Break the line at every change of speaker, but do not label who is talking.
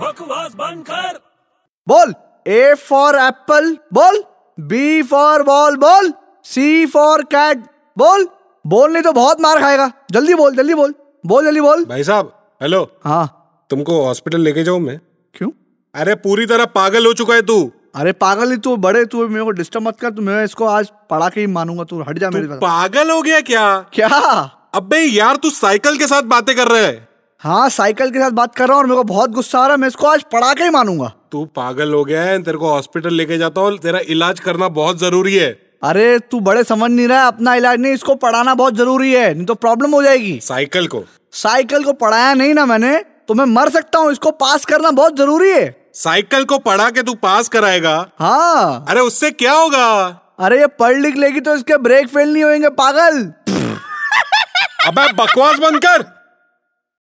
बकवास बंद कर
बोल ए फॉर एप्पल बोल बी फॉर बॉल बोल सी फॉर कैट बोल बोल नहीं तो बहुत मार खाएगा जल्दी बोल जल्दी बोल बोल जल्दी बोल
भाई साहब हेलो
हाँ
तुमको हॉस्पिटल लेके जाऊं मैं
क्यों
अरे पूरी तरह पागल हो चुका है तू
अरे पागल ही तू बड़े तू मेरे को डिस्टर्ब मत कर तू मैं इसको आज पढ़ा के ही मानूंगा तू हट जा मेरे पास
पागल हो गया क्या
क्या
अबे यार तू साइकिल के साथ बातें कर रहा है
हाँ साइकिल के साथ बात कर रहा हूँ और मेरे को बहुत गुस्सा आ रहा है मैं इसको आज पढ़ा के ही मानूंगा
तू पागल हो गया है तेरे को हॉस्पिटल लेके जाता हूँ तेरा इलाज करना बहुत जरूरी है
अरे तू बड़े समझ नहीं रहा है, अपना इलाज नहीं इसको पढ़ाना बहुत जरूरी है नहीं तो प्रॉब्लम हो जाएगी
साइकिल को
साइकिल को पढ़ाया नहीं ना मैंने तो मैं मर सकता हूँ इसको पास करना बहुत जरूरी है
साइकिल को पढ़ा के तू पास कराएगा
हाँ
अरे उससे क्या होगा
अरे ये पढ़ लिख लेगी तो इसके ब्रेक फेल नहीं होंगे पागल
अबे बकवास बंद कर